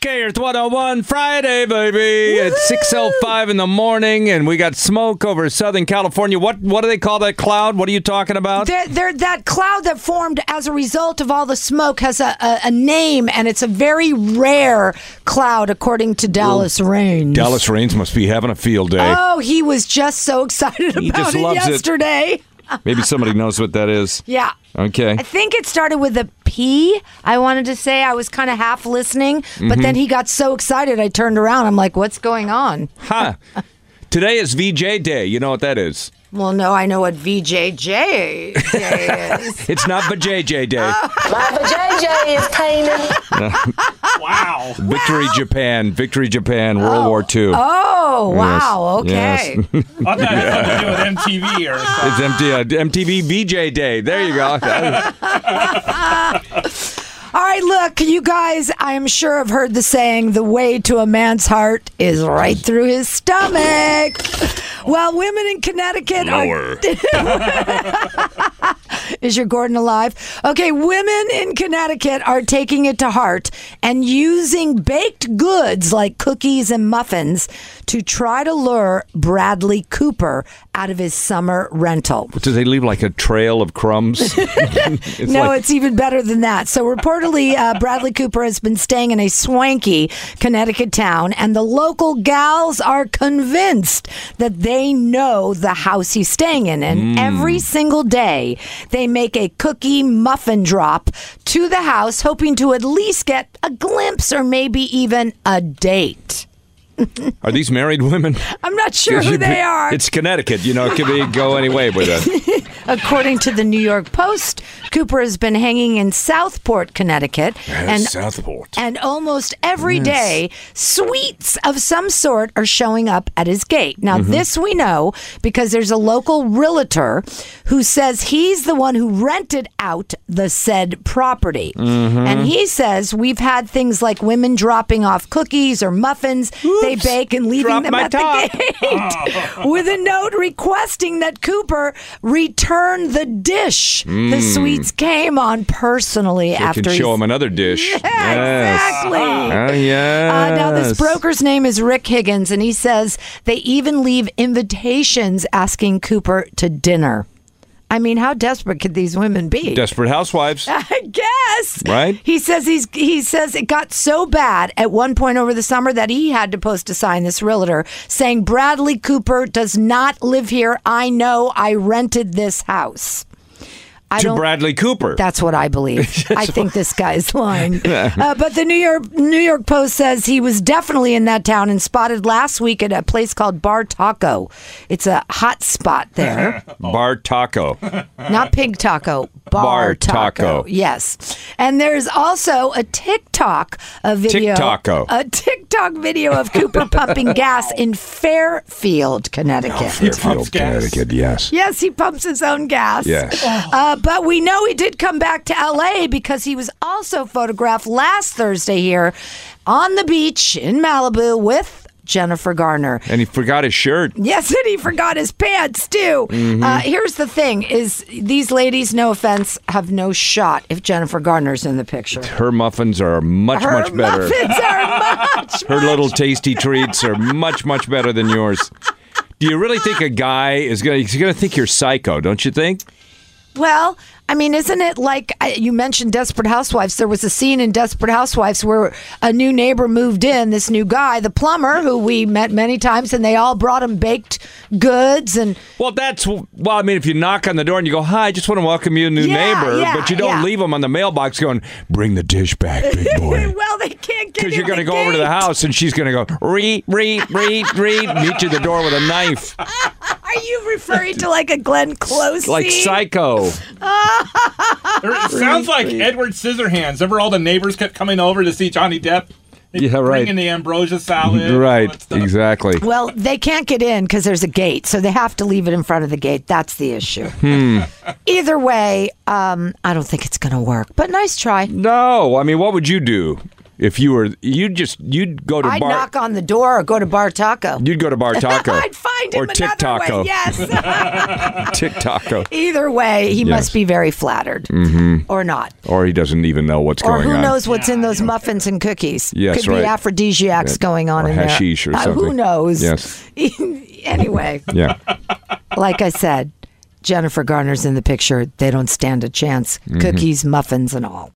KRS 101 Friday, baby. It's 6.05 in the morning, and we got smoke over Southern California. What what do they call that cloud? What are you talking about? There, there, that cloud that formed as a result of all the smoke has a, a, a name, and it's a very rare cloud, according to Dallas Rains. Dallas Rains must be having a field day. Oh, he was just so excited He about just it loves it. yesterday. Maybe somebody knows what that is. Yeah. Okay. I think it started with a P. I wanted to say I was kind of half listening, but Mm-hmm. then he got so excited I turned around. I'm like, what's going on? Huh. Today is VJ Day. You know what that is. Well, no, I know what VJJ is. It's not VJJ Day. My JJ is painting. Victory Japan. Victory Japan. World War II. Oh, wow. Yes. Okay. I thought it had something to do with MTV or something. It's MT, uh, MTV VJ Day. There you go. All right, look, you guys, I am sure have heard the saying, the way to a man's heart is right through his stomach. Well, women in Connecticut are. is your Gordon alive? Okay, women in Connecticut are taking it to heart and using baked goods like cookies and muffins to try to lure Bradley Cooper out of his summer rental. Do they leave like a trail of crumbs? it's No, like- it's even better than that. So, reportedly, uh, Bradley Cooper has been staying in a swanky Connecticut town, and the local gals are convinced that they know the house he's staying in. Hmm. And every single day, they make a cookie muffin drop to the house, hoping to at least get a glimpse or maybe even a date. Are these married women? I'm not sure who they are. It's Connecticut. You know, it could be go any way with it. According to the New York Post, Cooper has been hanging in Southport, Connecticut. and Southport. And almost every day, sweets of some sort are showing up at his gate. Now, Mm-hmm. this we know because there's a local realtor who says he's the one who rented out the said property. Mm-hmm. And he says, We've had things like women dropping off cookies or muffins they bake and leaving Dropped them my at top. the gate with a note requesting that Cooper return the dish the sweets came on personally I after Mm. can show he's- them another dish. yeah, exactly. Ah, Uh, yes. now, this broker's name is Rick Higgins, and he says they even leave invitations asking Cooper to dinner. I mean, how desperate could these women be? Desperate Housewives. I guess. Right? He says he's he says it got so bad at one point over the summer that he had to post a sign this realtor saying Bradley Cooper does not live here. I know I rented this house. I to don't Bradley Cooper. that's what I believe. I think this guy's lying. Uh, but the New York New York Post says he was definitely in that town and spotted last week at a place called Bar Taco. It's a hot spot there, Bar Taco. not Pig Taco. Bar, Bar taco. Taco. Yes. And there's also a TikTok a video Tick-taco. a TikTok video of Cooper pumping gas in Fairfield, Connecticut. Fairfield, gas. Connecticut. Yes. Yes, he pumps his own gas. Yes. Uh, but we know he did come back to LA because he was also photographed last Thursday here on the beach in Malibu with Jennifer Garner. And he forgot his shirt. Yes, and he forgot his pants too. Uh, Mm-hmm. here's the thing: is these ladies, no offense, have no shot if Jennifer Garner's in the picture. Her muffins are much, Her much better. muffins are much. Her little tasty treats are much, much better than yours. Do you really think a guy is gonna? He's gonna think you're psycho, don't you think? Well, I mean, isn't it like I- you mentioned Desperate Housewives? There was a scene in Desperate Housewives where a new neighbor moved in, this new guy, the plumber, who we met many times, and they all brought him baked goods and Well, that's well. I mean, if you knock on the door and you go, "Hi, I just want to welcome you, new Yeah, neighbor," yeah, but you don't yeah. leave them on the mailbox going, "Bring the dish back, big boy," well, they can't get because you're going to go over to the house and she's going to go, "Re, re, re, re," meet you at the door with a knife, Are you referring to like a Glenn Close? like scene? psycho. It sounds like Edward Scissorhands. Remember all the neighbors kept coming over to see Johnny Depp? They'd Yeah, right. Bring in the ambrosia salad. and all Right, that stuff. exactly. Well, they can't get in because there's a gate, so they have to leave it in front of the gate. That's the issue. Hmm. Either way, um, I don't think it's going to work. But nice try. No, I mean, what would you do? if you were you just you'd go to I'd bar knock on the door or go to Bar Taco. you'd go to bar taco I'd find him or tic another way. taco Yes. tic taco Either way, he must be very flattered or not. or he doesn't even know what's Or Mm-hmm. going who on. knows what's in those muffins and cookies? Yes, Could right. be aphrodisiacs going on or in there. hashish or Uh, who something. knows? Yes. anyway, Yeah. like I Mm-hmm. said, Jennifer Garner's in the picture. They don't stand a chance. Cookies, muffins, and all.